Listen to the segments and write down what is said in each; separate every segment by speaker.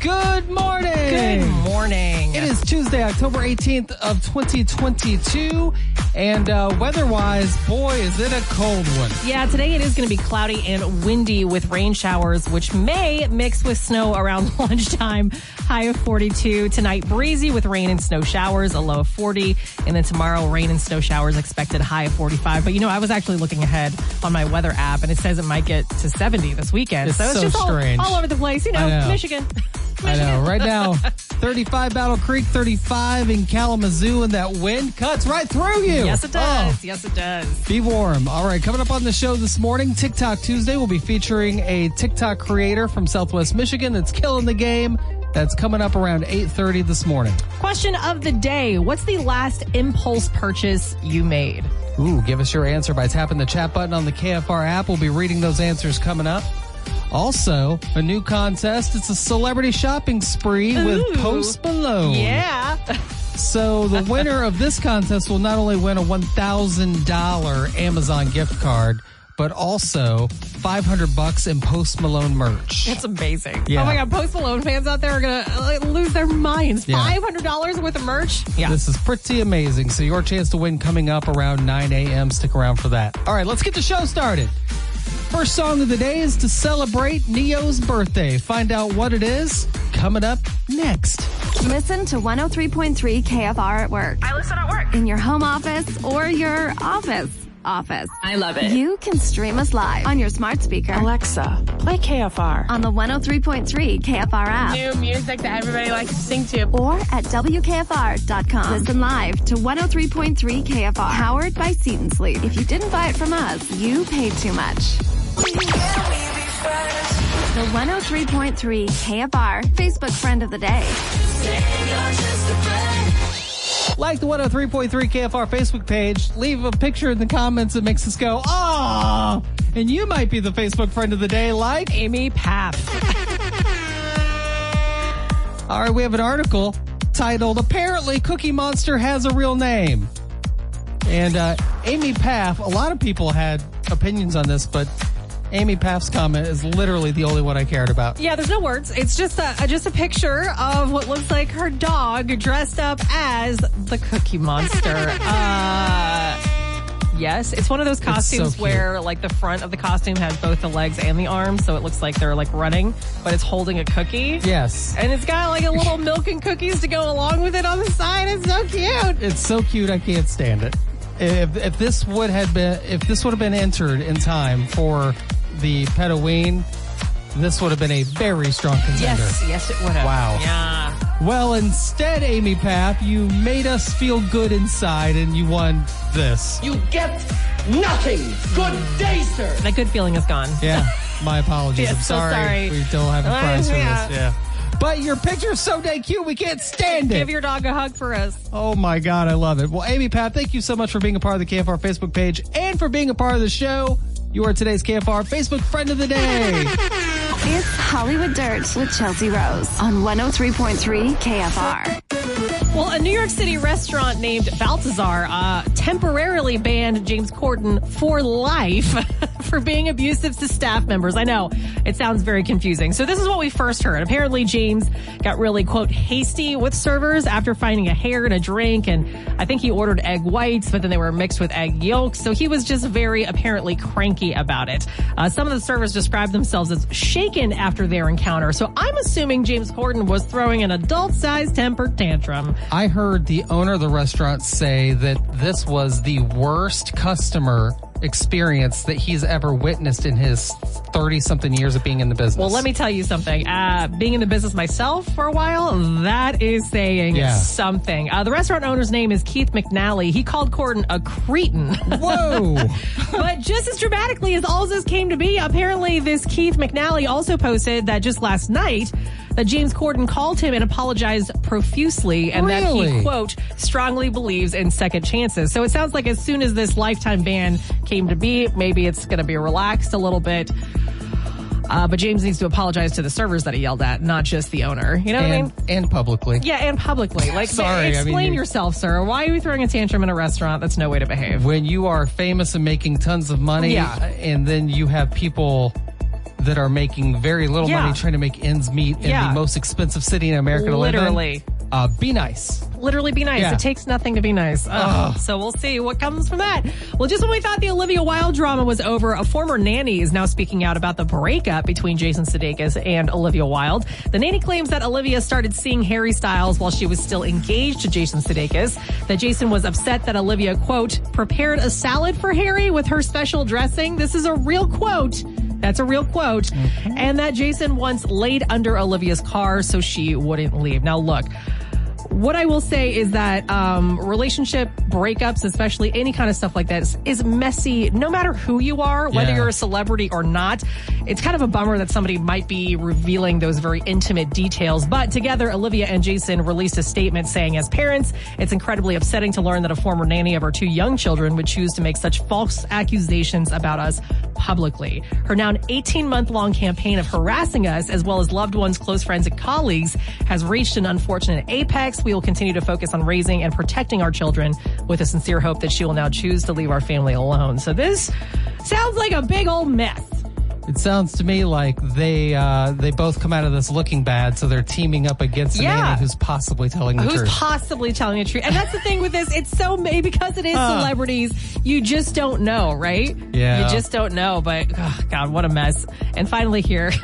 Speaker 1: Good morning.
Speaker 2: Good morning.
Speaker 1: It is Tuesday, October 18th of 2022. And uh, weather-wise, boy, is it a cold one.
Speaker 2: Yeah, today it is going to be cloudy and windy with rain showers, which may mix with snow around lunchtime. High of 42. Tonight, breezy with rain and snow showers, a low of 40. And then tomorrow, rain and snow showers expected, high of 45. But you know, I was actually looking ahead on my weather app and it says it might get to 70 this weekend.
Speaker 1: It's
Speaker 2: so it's
Speaker 1: so
Speaker 2: just all,
Speaker 1: strange.
Speaker 2: all over the place. You know,
Speaker 1: I know.
Speaker 2: Michigan.
Speaker 1: I know. Right now, 35 Battle Creek, 35 in Kalamazoo, and that wind cuts right through you.
Speaker 2: Yes, it
Speaker 1: Oh.
Speaker 2: does. Yes, it does.
Speaker 1: Be warm. All right, coming up on the show this morning, TikTok Tuesday, we'll be featuring a TikTok creator from Southwest Michigan that's killing the game. That's coming up around 8:30 this morning.
Speaker 2: Question of the day. What's the last impulse purchase you made?
Speaker 1: Ooh, give us your answer by tapping the chat button on the KFR app. We'll be reading those answers coming up. Also, a new contest. It's a celebrity shopping spree with Post Malone.
Speaker 2: Yeah.
Speaker 1: So the winner of this contest will not only win a $1,000 Amazon gift card, but also 500 bucks in Post Malone merch.
Speaker 2: It's amazing.
Speaker 1: Yeah.
Speaker 2: Oh my god, Post Malone fans out there are gonna uh, lose their minds.
Speaker 1: Yeah.
Speaker 2: Five hundred dollars worth of merch. Yeah.
Speaker 1: This is pretty amazing. So your chance to win coming up around 9 a.m. Stick around for that. All right, let's get the show started. First song of the day is to celebrate Neo's birthday. Find out what it is coming up next.
Speaker 3: Listen to 103.3 KFR at work. I listen at work. In your home office or your office office.
Speaker 4: I love it.
Speaker 3: You can stream us live on your smart speaker
Speaker 4: Alexa, play KFR.
Speaker 3: on the 103.3 KFR app.
Speaker 4: New music that everybody likes to sing to.
Speaker 3: or at WKFR.com. Listen live to 103.3 KFR, powered by Seat and Sleep. If you didn't buy it from us, you paid too much. The 103.3 KFR Facebook friend of the day.
Speaker 1: Like the 103.3 KFR Facebook page, leave a picture in the comments that makes us go, ah! And you might be the Facebook friend of the day, like.
Speaker 2: Amy Papp.
Speaker 1: All right, we have an article titled Apparently Cookie Monster Has a Real Name. And uh, Amy Paff, a lot of people had opinions on this, but Amy Paff's comment is literally the only one I cared about.
Speaker 2: Yeah, there's no words. It's just a just a picture of what looks like her dog dressed up as the Cookie Monster. Uh, yes, it's one of those costumes
Speaker 1: cute.
Speaker 2: where like the front of the costume had both the legs and the arms, so it looks like they're like running, but it's holding a cookie.
Speaker 1: Yes.
Speaker 2: And it's got like a little milk and cookies to go along with it on the side. It's so cute.
Speaker 1: It's so cute, I can't stand it. If, if this would have been if this would have been entered in time for the Pedoween, this would have been a very strong contender.
Speaker 2: Yes, yes, it would have.
Speaker 1: Wow.
Speaker 2: Yeah.
Speaker 1: Well, instead, Amy Paff, you made us feel good inside, and you won this.
Speaker 5: You get nothing. Good day, sir.
Speaker 2: That good feeling is gone.
Speaker 1: Yeah, my apologies.
Speaker 2: Yeah,
Speaker 1: I'm
Speaker 2: so
Speaker 1: sorry.
Speaker 2: sorry.
Speaker 1: We don't have a
Speaker 2: Uh,
Speaker 1: prize for
Speaker 2: yeah.
Speaker 1: this. Yeah. But your picture's so dang cute, we can't stand
Speaker 2: Give
Speaker 1: it.
Speaker 2: your dog a hug for us.
Speaker 1: oh my God, I love it. Well, Amy Pat, thank you so much for being a part of the KFR Facebook page and for being a part of the show. You are today's KFR Facebook friend of the day.
Speaker 3: It's Hollywood Dirt with Chelsea Rose on 103.3 KFR.
Speaker 2: Well, a New York City restaurant named Baltazar uh, temporarily banned James Corden for life for being abusive to staff members. I know it sounds very confusing. So this is what we first heard. Apparently, James got really quote hasty with servers after finding a hair and a drink, and I think he ordered egg whites, but then they were mixed with egg yolks. So he was just very apparently cranky about it. Uh, some of the servers described themselves as shaken after their encounter. So I'm assuming James Corden was throwing an adult-sized temper tantrum.
Speaker 1: I heard the owner of the restaurant say that this was the worst customer experience that he's ever witnessed in his 30 something years of being in the business.
Speaker 2: Well, let me tell you something. Uh, being in the business myself for a while, that is saying
Speaker 1: Yeah.
Speaker 2: something. Uh, the restaurant owner's name is Keith McNally. He called Corden a cretin.
Speaker 1: Whoa.
Speaker 2: but just as dramatically as all this came to be, apparently this Keith McNally also posted that just last night, that James Corden called him and apologized profusely and that
Speaker 1: Really?
Speaker 2: he, quote, strongly believes in second chances. So it sounds like as soon as this lifetime ban came to be, maybe it's going to be relaxed a little bit. Uh, but James needs to apologize to the servers that he yelled at, not just the owner. You know what I mean?
Speaker 1: and, and publicly.
Speaker 2: Yeah, and publicly. Like,
Speaker 1: Sorry, I mean,
Speaker 2: explain
Speaker 1: you-
Speaker 2: yourself, sir. Why are you throwing a tantrum in a restaurant? That's no way to behave.
Speaker 1: When you are famous and making tons of money,
Speaker 2: Yeah.
Speaker 1: and then you have people that are making very little
Speaker 2: Yeah.
Speaker 1: money trying to make ends meet in
Speaker 2: Yeah.
Speaker 1: the most expensive city in America to live in,
Speaker 2: Literally.
Speaker 1: uh, be nice.
Speaker 2: literally be nice.
Speaker 1: Yeah.
Speaker 2: It takes nothing to be nice. Ugh. So we'll see what comes from that. Well, just when we thought the Olivia Wilde drama was over, a former nanny is now speaking out about the breakup between Jason Sudeikis and Olivia Wilde. The nanny claims that Olivia started seeing Harry Styles while she was still engaged to Jason Sudeikis. That Jason was upset that Olivia quote prepared a salad for Harry with her special dressing. This is a real quote. That's a real quote. And that Jason once laid under Olivia's car so she wouldn't leave. Now, look. What I will say is that um, relationship breakups, especially any kind of stuff like that, is, is messy. No matter who you are, whether
Speaker 1: Yeah.
Speaker 2: you're a celebrity or not, it's kind of a bummer that somebody might be revealing those very intimate details. But together, Olivia and Jason released a statement saying, as parents, it's incredibly upsetting to learn that a former nanny of our two young children would choose to make such false accusations about us publicly. Her now 18 month long campaign of harassing us, as well as loved ones, close friends, and colleagues, has reached an unfortunate apex. We will continue to focus on raising and protecting our children with a sincere hope that she will now choose to leave our family alone. So this sounds like a big old mess.
Speaker 1: It sounds to me like they uh, they both come out of this looking bad, so they're teaming up against a
Speaker 2: Yeah.
Speaker 1: nanny who's possibly telling the
Speaker 2: Who's
Speaker 1: truth.
Speaker 2: possibly telling the truth? And that's the thing with this. It's so maybe because it is celebrities, you just don't know, right?
Speaker 1: Yeah.
Speaker 2: You just don't know, but oh, God, what a mess. And finally here.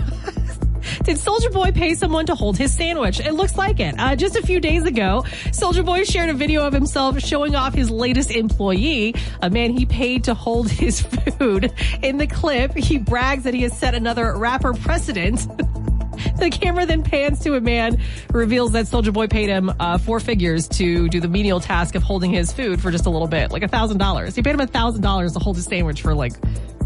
Speaker 2: Did Soldier Boy pay someone to hold his sandwich? It looks like it. Uh, just a few days ago, Soldier Boy shared a video of himself showing off his latest employee, a man he paid to hold his food. In the clip, he brags that he has set another rapper precedent. The camera then pans to a man who reveals that Soldier Boy paid him uh, four figures to do the menial task of holding his food for just a little bit, like a thousand dollars. He paid him a thousand dollars to hold his sandwich for like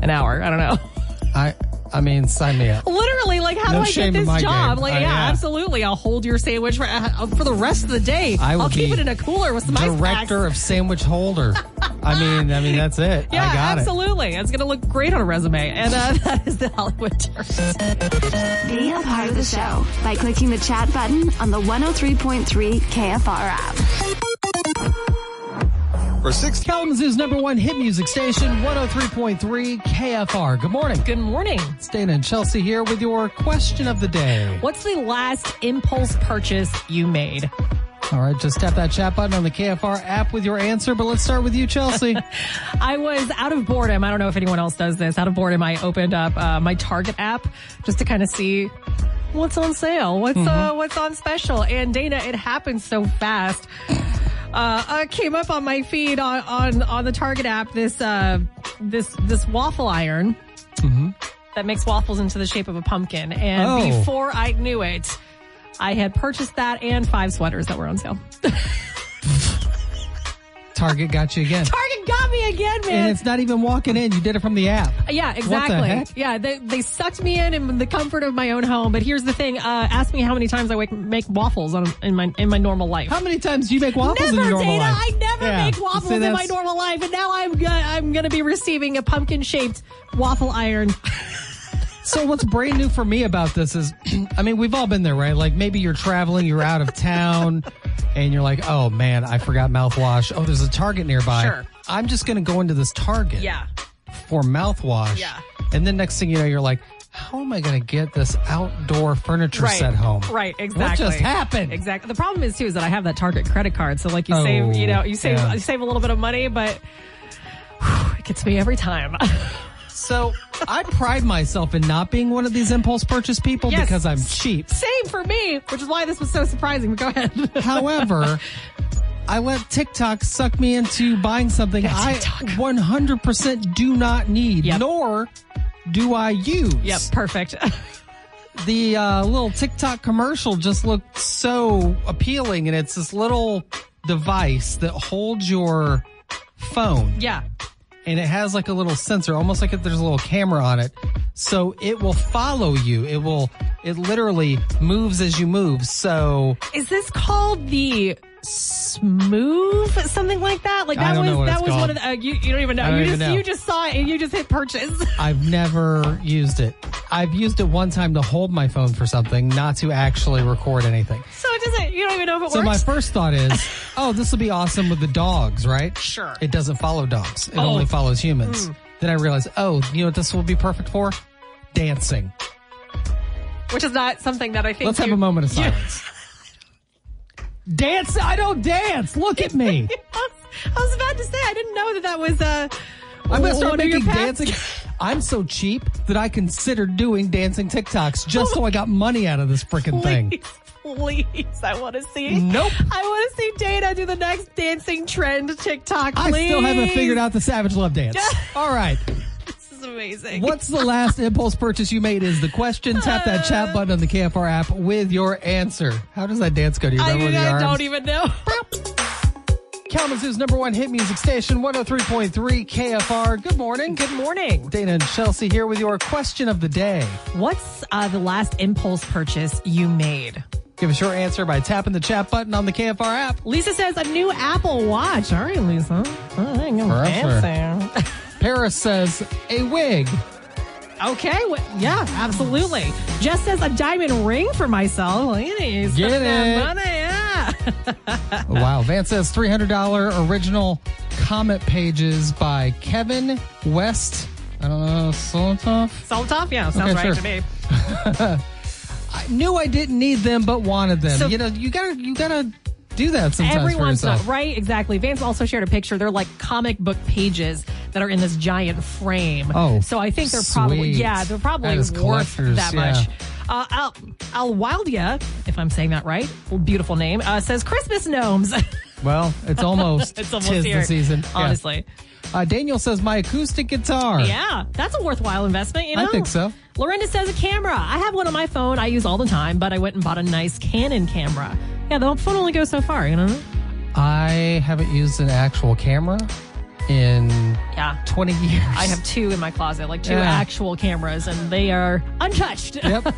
Speaker 2: an hour. I don't know.
Speaker 1: I I mean, sign me up.
Speaker 2: Literally, like, how
Speaker 1: No
Speaker 2: do I
Speaker 1: shame
Speaker 2: get
Speaker 1: in my
Speaker 2: this job?
Speaker 1: game.
Speaker 2: Like,
Speaker 1: Uh,
Speaker 2: yeah,
Speaker 1: yeah.
Speaker 2: absolutely. I'll hold your sandwich for, uh, for the rest of the day.
Speaker 1: I will
Speaker 2: I'll keep
Speaker 1: be
Speaker 2: it in a cooler with some ice packs.
Speaker 1: Director of sandwich holder. I mean, I mean that's it.
Speaker 2: Yeah,
Speaker 1: I got it.
Speaker 2: absolutely. It's going to look great on a resume. And uh, that is the Hollywood Dirt.
Speaker 3: Be a part of the show by clicking the chat button on the 103.3 KFR app.
Speaker 6: For 60
Speaker 1: Kalamazoo's number one hit music station, 103.3 KFR. Good morning.
Speaker 2: Good morning.
Speaker 1: It's Dana and Chelsea here with your question of the day.
Speaker 2: What's the last impulse purchase you made?
Speaker 1: All right, just tap that chat button on the KFR app with your answer, but let's start with you, Chelsea.
Speaker 2: I was out of boredom. I don't know if anyone else does this. Out of boredom, I opened up uh, my Target app just to kind of see what's on sale, what's
Speaker 1: Mm-hmm.
Speaker 2: uh, what's on special. And Dana, it happened so fast. Uh, uh, came up on my feed on, on, on the Target app this uh, this this waffle iron that makes waffles into the shape of a pumpkin. And
Speaker 1: Mm-hmm. Oh.
Speaker 2: before I knew it, I had purchased that and five sweaters that were on sale.
Speaker 1: Target got you again.
Speaker 2: Target got me again, man.
Speaker 1: And it's not even walking in. You did it from the app.
Speaker 2: Yeah,
Speaker 1: the
Speaker 2: exactly.
Speaker 1: heck?
Speaker 2: Yeah, they, they sucked me in in the comfort of my own home. But here's the thing: uh, ask me how many times I wake, make waffles on, in my in my normal life.
Speaker 1: How many times do you make waffles
Speaker 2: never,
Speaker 1: in your normal
Speaker 2: Dana.
Speaker 1: life?
Speaker 2: I never
Speaker 1: Yeah.
Speaker 2: make waffles
Speaker 1: See,
Speaker 2: in my
Speaker 1: that's-
Speaker 2: normal life, and now I'm gonna, I'm going to be receiving a pumpkin shaped waffle iron.
Speaker 1: So what's brand new for me about this is, I mean, we've all been there, right? Like maybe you're traveling, you're out of town, and you're like, oh man, I forgot mouthwash. Oh, there's a Target nearby.
Speaker 2: Sure.
Speaker 1: I'm just gonna go into this Target. For mouthwash.
Speaker 2: Yeah.
Speaker 1: And then next thing you know, you're like, how am I gonna get this outdoor furniture set home?
Speaker 2: Right, exactly.
Speaker 1: What just happened?
Speaker 2: Exactly. The problem is too is that I have that Target credit card, so like you
Speaker 1: Oh,
Speaker 2: save, you know, you save
Speaker 1: yeah.
Speaker 2: you save a little bit of money, but whew, it gets me every time.
Speaker 1: So I pride myself in not being one of these impulse purchase people
Speaker 2: Yes.
Speaker 1: because I'm cheap.
Speaker 2: Same for me, which is why this was so surprising. But go ahead.
Speaker 1: However, I let TikTok suck me into buying something
Speaker 2: Yeah,
Speaker 1: I
Speaker 2: TikTok.
Speaker 1: 100% do not need,
Speaker 2: Yep.
Speaker 1: nor do I use.
Speaker 2: Yep, perfect.
Speaker 1: The uh, little TikTok commercial just looked so appealing, and it's this little device that holds your phone
Speaker 2: yeah.
Speaker 1: and it has like a little sensor, almost like if there's a little camera on it. So it will follow you. It will It literally moves as you move. So
Speaker 2: Is this called the smooth something like that? Like
Speaker 1: I
Speaker 2: that
Speaker 1: don't
Speaker 2: was
Speaker 1: know what
Speaker 2: that
Speaker 1: it's
Speaker 2: was
Speaker 1: called.
Speaker 2: one of the uh, you, you don't even know.
Speaker 1: I don't
Speaker 2: you
Speaker 1: even
Speaker 2: just
Speaker 1: know.
Speaker 2: you just saw it and you just hit purchase.
Speaker 1: I've never used it. I've used it one time to hold my phone for something, not to actually record anything.
Speaker 2: so it doesn't you don't even know if it
Speaker 1: So my
Speaker 2: works.
Speaker 1: first thought is, oh, this will be awesome with the dogs, right?
Speaker 2: Sure. Oh. Mm.
Speaker 1: It doesn't follow dogs. It only follows humans. Then I realized, oh, you know what this will be perfect for? Dancing.
Speaker 2: Which is not something that I think
Speaker 1: Let's have
Speaker 2: you-
Speaker 1: a moment of
Speaker 2: you-
Speaker 1: silence. Dance? I don't dance. Look at me.
Speaker 2: I was- I was about to say I didn't know that that was uh
Speaker 1: I'm gonna start
Speaker 2: one of your
Speaker 1: making
Speaker 2: pets.
Speaker 1: dancing. I'm so cheap that I considered doing dancing TikToks just so I got money out of this freaking thing.
Speaker 2: Oh. Please, please, I want to see.
Speaker 1: Nope.
Speaker 2: I want to see Dana do the next dancing trend TikTok. Please.
Speaker 1: I still haven't figured out the Savage Love dance. All right.
Speaker 2: This is amazing.
Speaker 1: What's the last impulse purchase you made is the question. Tap that chat button on the KFR app with your answer. How does that dance go? Do you
Speaker 2: I,
Speaker 1: remember with your
Speaker 2: I
Speaker 1: arms?
Speaker 2: don't even know.
Speaker 1: Kalamazoo's number one oh hit music station, 103.3 KFR. Good morning.
Speaker 2: Good morning.
Speaker 1: Dana and Chelsea here with your question of the day.
Speaker 2: What's uh, the last impulse purchase you made?
Speaker 1: Give us your answer by tapping the chat button on the KFR app.
Speaker 2: Lisa says a new Apple Watch. All right, Lisa. Oh, All right, I'm
Speaker 1: Perfect.
Speaker 2: fancy.
Speaker 1: Paris says, a wig.
Speaker 2: Okay. Well, yeah, absolutely. Jess says a diamond ring for myself. Well, you need to
Speaker 1: Get
Speaker 2: spend that
Speaker 1: it.
Speaker 2: money. Yeah.
Speaker 1: wow. Van says $300 original comment pages by Kevin West. I don't know, Solotov?
Speaker 2: Sold off. Yeah, sounds
Speaker 1: Okay,
Speaker 2: right
Speaker 1: sure.
Speaker 2: to me.
Speaker 1: knew I didn't need them, but wanted them.
Speaker 2: So-
Speaker 1: you know, you gotta you gotta do that sometimes
Speaker 2: Every
Speaker 1: for
Speaker 2: once in a
Speaker 1: yourself.
Speaker 2: right, exactly. Vance also shared a picture. They're like comic book pages that are in this giant frame.
Speaker 1: Oh,
Speaker 2: so I think they're probably
Speaker 1: sweet.
Speaker 2: yeah, they're probably
Speaker 1: That is
Speaker 2: worth
Speaker 1: collectors,
Speaker 2: that
Speaker 1: yeah.
Speaker 2: much. Uh, Al Al Wildia, if I'm saying that right, beautiful name, uh, says Christmas gnomes.
Speaker 1: Well, it's almost
Speaker 2: it's almost
Speaker 1: tis
Speaker 2: here,
Speaker 1: the season. Yeah.
Speaker 2: honestly.
Speaker 1: uh, Daniel says my acoustic guitar.
Speaker 2: Yeah, that's a worthwhile investment, you
Speaker 1: I
Speaker 2: know?
Speaker 1: think so.
Speaker 2: Lorinda says a camera. I have one on my phone I use all the time, but I went and bought a nice Canon camera. Yeah, the phone only goes so far, you know?
Speaker 1: I haven't used an actual camera in
Speaker 2: Yeah.
Speaker 1: twenty years.
Speaker 2: I have two in my closet, like two
Speaker 1: Yeah.
Speaker 2: actual cameras, and they are untouched.
Speaker 1: Yep.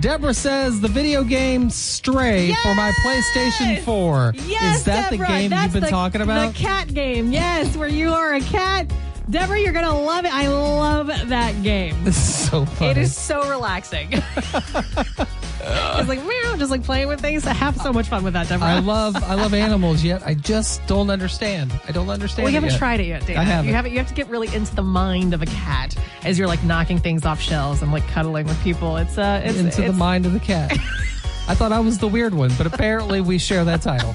Speaker 1: Deborah says the video game Stray for my PlayStation 4.
Speaker 2: Yes,
Speaker 1: Is that
Speaker 2: Deborah,
Speaker 1: the game
Speaker 2: that's
Speaker 1: you've been
Speaker 2: the-
Speaker 1: talking about?
Speaker 2: The cat game, yes, where you are a cat. Deborah, you're gonna love it. I love that game.
Speaker 1: This is so funny.
Speaker 2: It is so relaxing. it's like meow, just like playing with things. I have so much fun with that, Deborah.
Speaker 1: I love I love animals, yet I just don't understand. I don't understand.
Speaker 2: Well, you
Speaker 1: it
Speaker 2: haven't
Speaker 1: yet.
Speaker 2: tried it yet, Dana.
Speaker 1: I haven't.
Speaker 2: You haven't. You have to get really into the mind of a cat as you're like knocking things off shelves and like cuddling with people. It's uh, it's
Speaker 1: into the
Speaker 2: it's-
Speaker 1: mind of the cat. I thought I was the weird one, but apparently we share that title.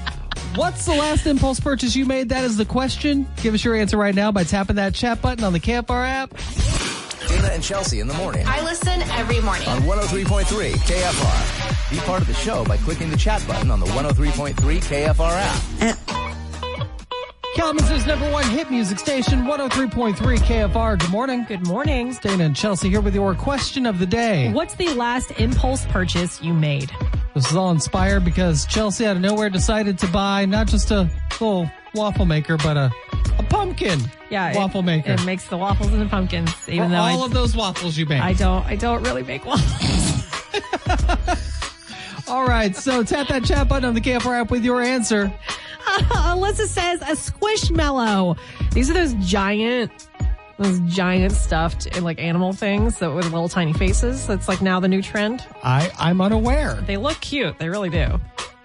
Speaker 1: What's the last impulse purchase you made? That is the question. Give us your answer right now by tapping that chat button on the KFR app.
Speaker 7: Dana and Chelsea in the morning
Speaker 6: I listen every morning.
Speaker 7: on 103.3 KFR. Be part of the show by clicking the chat button on the 103.3 KFR app.
Speaker 1: Kalamazoo's number one hit music station, 103.3 KFR. Good morning.
Speaker 2: Good morning.
Speaker 1: Dana and Chelsea here with your question of the day.
Speaker 2: What's the last impulse purchase you made?
Speaker 1: This is all inspired because Chelsea out of nowhere decided to buy not just a little waffle maker, but a, a pumpkin
Speaker 2: Yeah,
Speaker 1: waffle
Speaker 2: it,
Speaker 1: maker.
Speaker 2: It makes the waffles and the pumpkins, even
Speaker 1: For
Speaker 2: though
Speaker 1: all
Speaker 2: I,
Speaker 1: of those waffles you made.
Speaker 2: I don't, I don't really make waffles.
Speaker 1: All right, so tap that chat button on the KFR app with your answer.
Speaker 2: Alyssa says a squishmallow. These are those giant, those giant stuffed and like animal things that with little tiny faces. That's like now the new trend.
Speaker 1: I, I'm unaware.
Speaker 2: They look cute. They really do.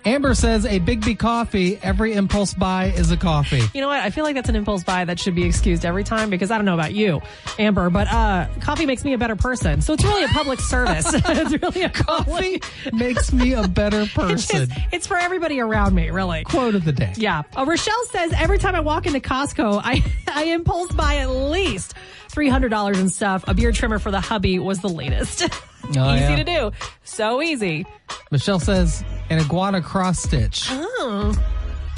Speaker 1: Amber says a Big B coffee. Every impulse buy is a coffee.
Speaker 2: You know what? I feel like that's an impulse buy that should be excused every time because I don't know about you, Amber, but uh, coffee makes me a better person. So it's really a public service. it's really a
Speaker 1: Coffee
Speaker 2: coffee.
Speaker 1: makes me a better
Speaker 2: It's,
Speaker 1: person.
Speaker 2: just, it's for everybody around me, really.
Speaker 1: Quote of the day.
Speaker 2: Yeah. Uh, Rochelle says every time I walk into Costco, I, I impulse buy at least $300 in stuff. A beard trimmer for the hubby was the latest.
Speaker 1: Oh,
Speaker 2: easy
Speaker 1: yeah.
Speaker 2: to do. So easy.
Speaker 1: Michelle says an iguana cross stitch.
Speaker 2: Oh.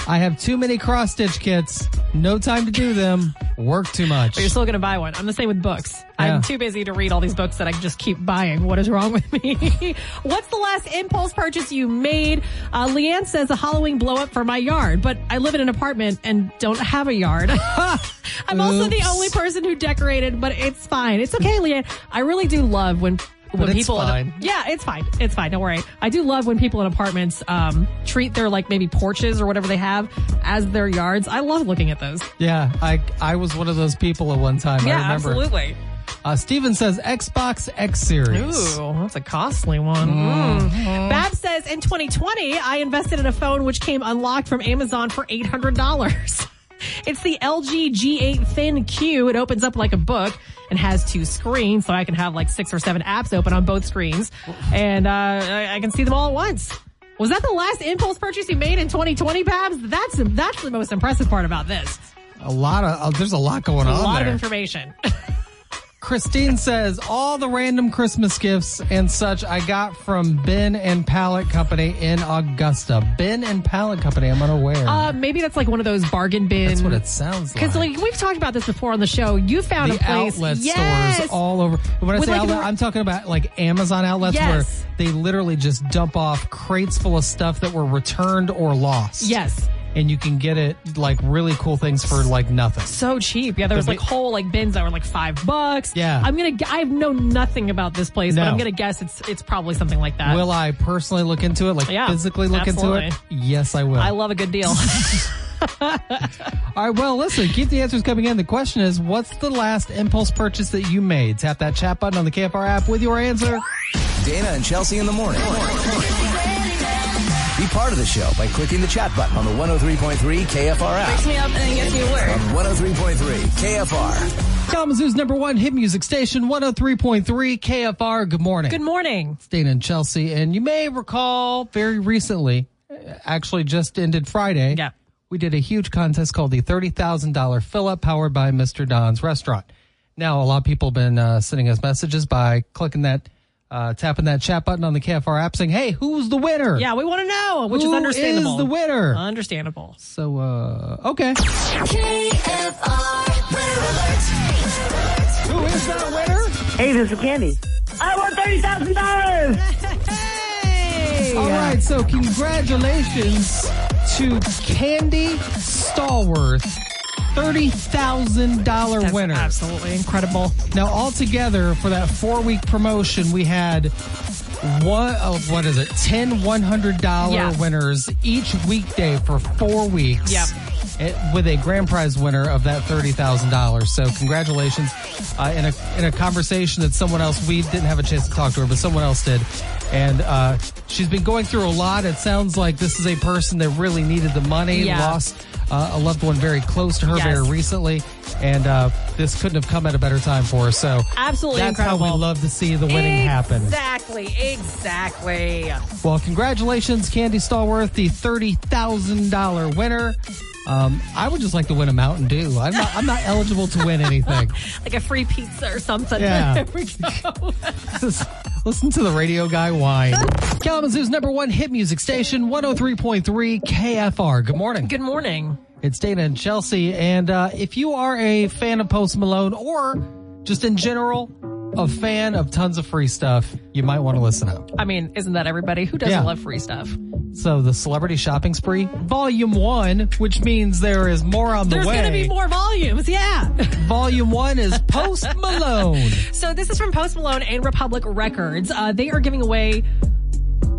Speaker 1: I have too many cross stitch kits. No time to do them. Work too much.
Speaker 2: But you're still going to buy one. I'm the same with books.
Speaker 1: Yeah.
Speaker 2: I'm too busy to read all these books that I just keep buying. What is wrong with me? What's the last impulse purchase you made? Uh, Leanne says a Halloween blow up for my yard, but I live in an apartment and don't have a yard. I'm also the
Speaker 1: Oops.
Speaker 2: only person who decorated, but it's fine. It's okay, Leanne. I really do love when when
Speaker 1: it's
Speaker 2: people in a-
Speaker 1: fine.
Speaker 2: yeah it's fine it's fine don't worry i do love when people in apartments um, treat their like maybe porches or whatever they have as their yards i love looking at those
Speaker 1: Yeah, I I was one of those people at one time. I
Speaker 2: yeah
Speaker 1: remember.
Speaker 2: absolutely
Speaker 1: Uh, Steven says Xbox X Series.
Speaker 2: Ooh, that's a costly one.
Speaker 1: Mm-hmm.
Speaker 2: Mm. Bab says in 2020, I invested in a phone which came unlocked from Amazon for $800. It's the LG G8 Thin Q. It opens up like a book and has two screens, so I can have like six or seven apps open on both screens, and uh, I, I can see them all at once. Was that the last impulse purchase you made in 2020, Babs? That's that's the most impressive part about this.
Speaker 1: A lot of uh, there's a lot going
Speaker 2: A
Speaker 1: on
Speaker 2: lot
Speaker 1: there.
Speaker 2: of information.
Speaker 1: Christine says all the random Christmas gifts and such I got from Ben and Pallet Company in Augusta. Ben and Pallet Company, I'm unaware.
Speaker 2: uh, maybe that's like one of those bargain bin.
Speaker 1: That's what it sounds like.
Speaker 2: Because like we've talked about this before on the show, you found a
Speaker 1: the
Speaker 2: place.
Speaker 1: outlet
Speaker 2: yes.
Speaker 1: stores all over. When I
Speaker 2: With,
Speaker 1: say
Speaker 2: like,
Speaker 1: outlet,
Speaker 2: the-
Speaker 1: I'm talking about like Amazon outlets
Speaker 2: Yes.
Speaker 1: where they literally just dump off crates full of stuff that were returned or lost.
Speaker 2: Yes.
Speaker 1: And you can get it like really cool things for like nothing.
Speaker 2: So cheap. Yeah, there was like whole like bins that were like five bucks.
Speaker 1: Yeah.
Speaker 2: I'm gonna. gu- I know nothing about this place, but
Speaker 1: No.
Speaker 2: I'm gonna guess it's it's probably something like that.
Speaker 1: Will I personally look into it? Like
Speaker 2: Yeah,
Speaker 1: physically look into it?
Speaker 2: absolutely.
Speaker 1: Yes, I will.
Speaker 2: I love a good deal.
Speaker 1: All right, well, listen, keep the answers coming in. The question is, what's the last impulse purchase that you made? Tap that chat button on the KFR app with your answer.
Speaker 7: Dana and Chelsea in the morning. Be part of the show by clicking the chat button on the 103.3 KFR app.
Speaker 6: me up and then gets me to work.
Speaker 7: On 103.3 KFR.
Speaker 1: Kalamazoo's number one oh hit music station, 103.3 KFR. Good morning.
Speaker 2: good morning.
Speaker 1: Dana and Chelsea. And you may recall very recently, uh, actually just ended Friday.
Speaker 2: Yeah.
Speaker 1: We did a huge contest called the $30,000 fill up powered by Mr. Don's restaurant. Now, a lot of people have been uh, sending us messages by clicking that, uh, tapping that chat button on the KFR app saying, Hey, who's the winner?
Speaker 2: Yeah, we want to know, which
Speaker 1: Who
Speaker 2: is understandable. Uh,
Speaker 1: is the winner?
Speaker 2: Understandable.
Speaker 1: so, uh, okay. Who is that winner?
Speaker 8: Hey, this is Candy. I want thirty thousand dollars.
Speaker 2: uh,
Speaker 1: All right. So, congratulations to Candy Stallworth. $30,000
Speaker 2: That's
Speaker 1: winner.
Speaker 2: absolutely incredible.
Speaker 1: Now, altogether for that four week promotion, we had one, oh, what is it? 10 $100
Speaker 2: Yeah.
Speaker 1: winners each weekday for four weeks.
Speaker 2: Yep.
Speaker 1: It, with a grand prize winner of that $30,000. So, congratulations. Uh, in, a, in a conversation that someone else, we didn't have a chance to talk to her, but someone else did. And uh, she's been going through a lot. It sounds like this is a person that really needed the money,
Speaker 2: Yeah.
Speaker 1: lost uh, a loved one very close to her,
Speaker 2: Yes.
Speaker 1: very recently recently, and uh, this couldn't have come at a better time for her. So
Speaker 2: Absolutely
Speaker 1: that's how
Speaker 2: incredible.
Speaker 1: we love to see the winning happen.
Speaker 2: Exactly. Exactly.
Speaker 1: Well, congratulations, Candy Stallworth, the thirty thousand dollar winner. Um, I would just like to win a Mountain Dew. I'm not, I'm not eligible to win anything.
Speaker 2: Like a free pizza or something.
Speaker 1: Yeah.
Speaker 2: there we go.
Speaker 1: Just Listen to the radio guy whine. Kalamazoo's number one hit music station, 103.3 KFR. Good morning.
Speaker 2: Good morning.
Speaker 1: It's Dana and Chelsea. And uh, if you are a fan of Post Malone or just in general, a fan of tons of free stuff, you might want to listen up.
Speaker 2: I mean, isn't that everybody who doesn't
Speaker 1: Yeah.
Speaker 2: love free stuff?
Speaker 1: So the Celebrity Shopping Spree, Volume 1, which means there is more on the
Speaker 2: There's
Speaker 1: way.
Speaker 2: going to be more volumes. Yeah.
Speaker 1: Volume 1 is Post Malone.
Speaker 2: So this is from Post Malone and Republic Records. Uh, they are giving away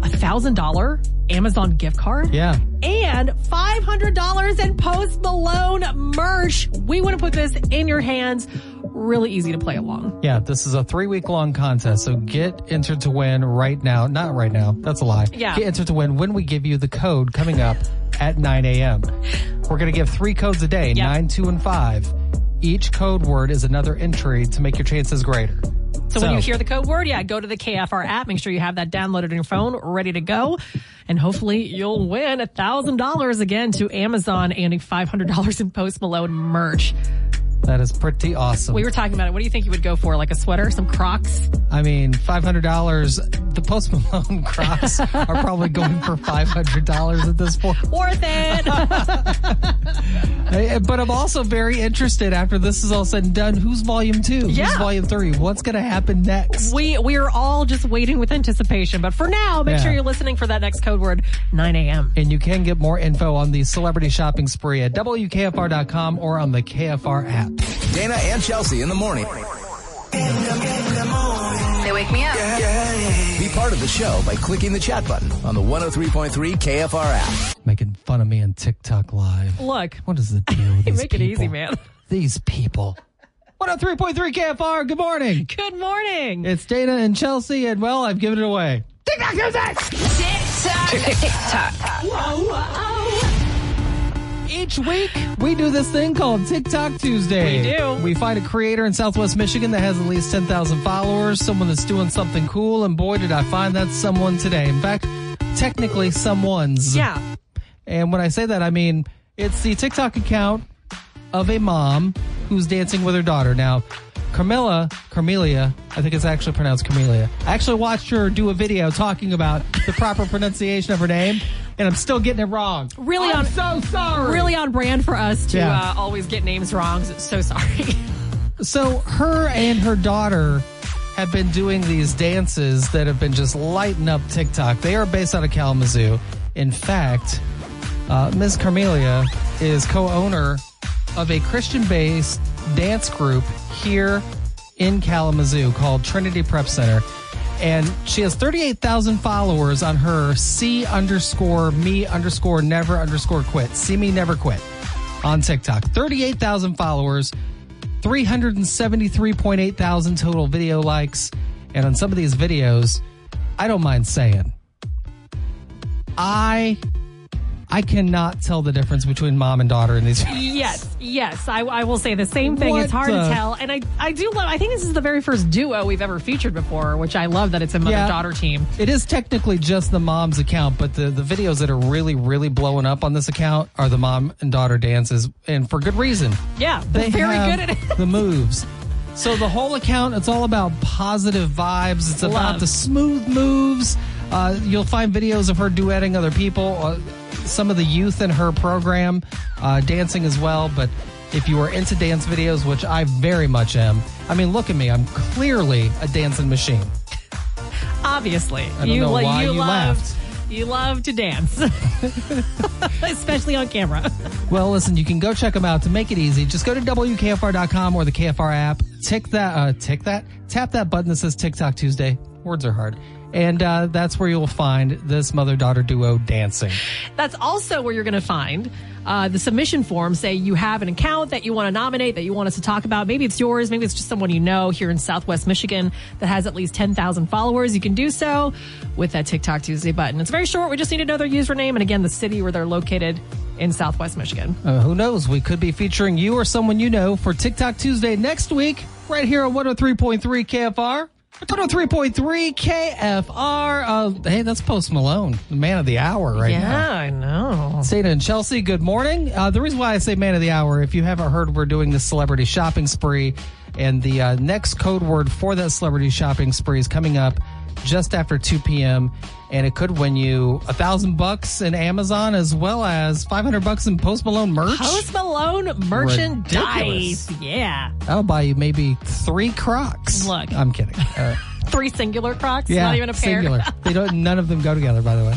Speaker 2: a thousand dollar Amazon gift card
Speaker 1: yeah.
Speaker 2: and five hundred dollars in Post Malone merch. We want to put this in your hands. Really easy to play along.
Speaker 1: Yeah, this is a three week long contest. So get entered to win right now. Not right now. That's a lie.
Speaker 2: Yeah.
Speaker 1: Get entered to win when we give you the code coming up at 9 a.m. We're going to give three codes a day,
Speaker 2: Yep.
Speaker 1: nine, two, and five. Each code word is another entry to make your chances greater.
Speaker 2: So, when you hear the code word, yeah, go to the KFR app. Make sure you have that downloaded on your phone, ready to go, and hopefully you'll win a thousand dollars again to Amazon and a five hundred dollars in Post Malone merch.
Speaker 1: That is pretty awesome.
Speaker 2: We were talking about it. What do you think you would go for? Like a sweater, some Crocs?
Speaker 1: I mean, $500, the Post Malone crops are probably going for $500 at this point.
Speaker 2: Worth it.
Speaker 1: I- Eh, But I'm also very interested after this is all said and done. Who's volume two? Who's
Speaker 2: Yeah.
Speaker 1: volume three? What's going to happen next?
Speaker 2: we we are all just waiting with anticipation. But for now, make
Speaker 1: Yeah.
Speaker 2: sure you're listening for that next code word, 9 a.m.
Speaker 1: And you can get more info on the celebrity shopping spree at WKFR.com or on the KFR app.
Speaker 7: Dana and Chelsea in the morning.
Speaker 6: They wake Wake me up.
Speaker 7: Be part of the show by clicking the chat button on the 103.3 KFR app.
Speaker 1: Making fun of me on TikTok Live.
Speaker 2: Look,
Speaker 1: What is the deal with these
Speaker 2: make it easy,
Speaker 1: people?
Speaker 2: man.
Speaker 1: These people. 103.3 KFR, good morning.
Speaker 2: Good morning.
Speaker 1: It's Dana and Chelsea, and well, I've given it away. Each week, we do this thing called TikTok Tuesday.
Speaker 2: We do.
Speaker 1: We find a creator in Southwest Michigan that has at least 10,000 followers, someone that's doing something cool, and boy, did I find that someone today. In fact, technically, someone's.
Speaker 2: yeah.
Speaker 1: And when I say that, I mean it's the TikTok account of a mom who's dancing with her daughter. Now, Carmilla, Carmelia, I think it's actually pronounced Carmelia. I actually watched her do a video talking about the proper pronunciation of her name, and I'm still getting it wrong.
Speaker 2: Really
Speaker 1: I'm
Speaker 2: on-
Speaker 1: so sorry.
Speaker 2: Really on brand for us to
Speaker 1: Yeah.
Speaker 2: uh, always get names wrong. So sorry.
Speaker 1: So her and her daughter have been doing these dances that have been just lighting up TikTok. They are based out of Kalamazoo. In fact, uh, Ms. Carmelia is co-owner of a Christian-based dance group here in Kalamazoo called Trinity Prep Center. And she has 38,000 followers on her C underscore me underscore never underscore quit. See me never quit on TikTok. 38,000 followers. 373.8 thousand total video likes. And on some of these videos, I don't mind saying, I I cannot tell the difference between mom and daughter in these videos.
Speaker 2: Yes, yes, I, I will say the same thing.
Speaker 1: What
Speaker 2: it's hard
Speaker 1: the-
Speaker 2: to tell, and I, I do love. I think this is the very first duo we've ever featured before, which I love that it's a mother daughter team.
Speaker 1: It is technically just the mom's account, but the, the videos that are really, really blowing up on this account are the mom and daughter dances, and for good reason.
Speaker 2: Yeah, they're very
Speaker 1: have
Speaker 2: good at it.
Speaker 1: the moves. So the whole account, it's all about positive vibes. It's about
Speaker 2: Love.
Speaker 1: the smooth moves. Uh, you'll find videos of her duetting other people, uh, some of the youth in her program, uh, dancing as well. But if you are into dance videos, which I very much am, I mean, look at me. I'm clearly a dancing machine.
Speaker 2: Obviously,
Speaker 1: don't know
Speaker 2: lo-
Speaker 1: why you
Speaker 2: love-
Speaker 1: laughed.
Speaker 2: You love to dance, especially on camera.
Speaker 1: Well, listen, you can go check them out. To make it easy, just go to WKFR.com or the KFR app. Tick that, uh, tick that, tap that button that says TikTok Tuesday. Words are hard. And uh, that's where you'll find this mother daughter duo dancing.
Speaker 2: That's also where you're going to find uh, the submission form. Say you have an account that you want to nominate, that you want us to talk about. Maybe it's yours. Maybe it's just someone you know here in Southwest Michigan that has at least 10,000 followers. You can do so with that TikTok Tuesday button. It's very short. We just need to know their username and again, the city where they're located in Southwest Michigan.
Speaker 1: Uh, who knows? We could be featuring you or someone you know for TikTok Tuesday next week, right here on 103.3 KFR. 103.3 KFR. Uh, hey, that's Post Malone, the man of the hour right now.
Speaker 2: I know.
Speaker 1: Dana and Chelsea, good morning. Uh, the reason why I say man of the hour, if you haven't heard, we're doing the celebrity shopping spree, and the uh, next code word for that celebrity shopping spree is coming up just after 2 p.m. And it could win you a thousand bucks in Amazon as well as 500 bucks in Post Malone merch.
Speaker 2: Post Malone merchandise. Yeah.
Speaker 1: I'll buy you maybe three Crocs.
Speaker 2: Look.
Speaker 1: I'm kidding. Uh,
Speaker 2: Three singular Crocs,
Speaker 1: yeah,
Speaker 2: not even a pair.
Speaker 1: singular. They don't. None of them go together, by the way.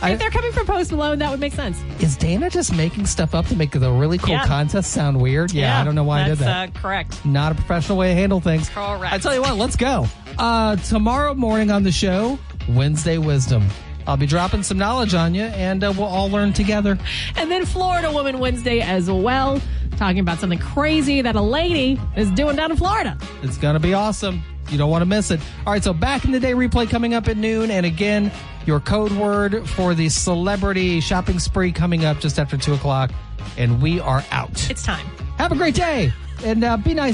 Speaker 2: If they're coming from Post Malone, that would make sense.
Speaker 1: Is Dana just making stuff up to make the really cool
Speaker 2: Yeah.
Speaker 1: contest sound weird? Yeah, I don't know why I did
Speaker 2: that's,
Speaker 1: that.
Speaker 2: Uh, correct.
Speaker 1: not a professional way to handle things.
Speaker 2: Correct.
Speaker 1: I tell you what, let's go. Uh, tomorrow morning on the show, Wednesday Wisdom. I'll be dropping some knowledge on you, and uh, we'll all learn together.
Speaker 2: And then Florida Woman Wednesday as well, talking about something crazy that a lady is doing down in Florida.
Speaker 1: It's going to be awesome. You don't want to miss it. All right, so back in the day replay coming up at noon. And again, your code word for the celebrity shopping spree coming up just after 2 o'clock. And we are out.
Speaker 2: It's time.
Speaker 1: Have a great day, and uh, be nice.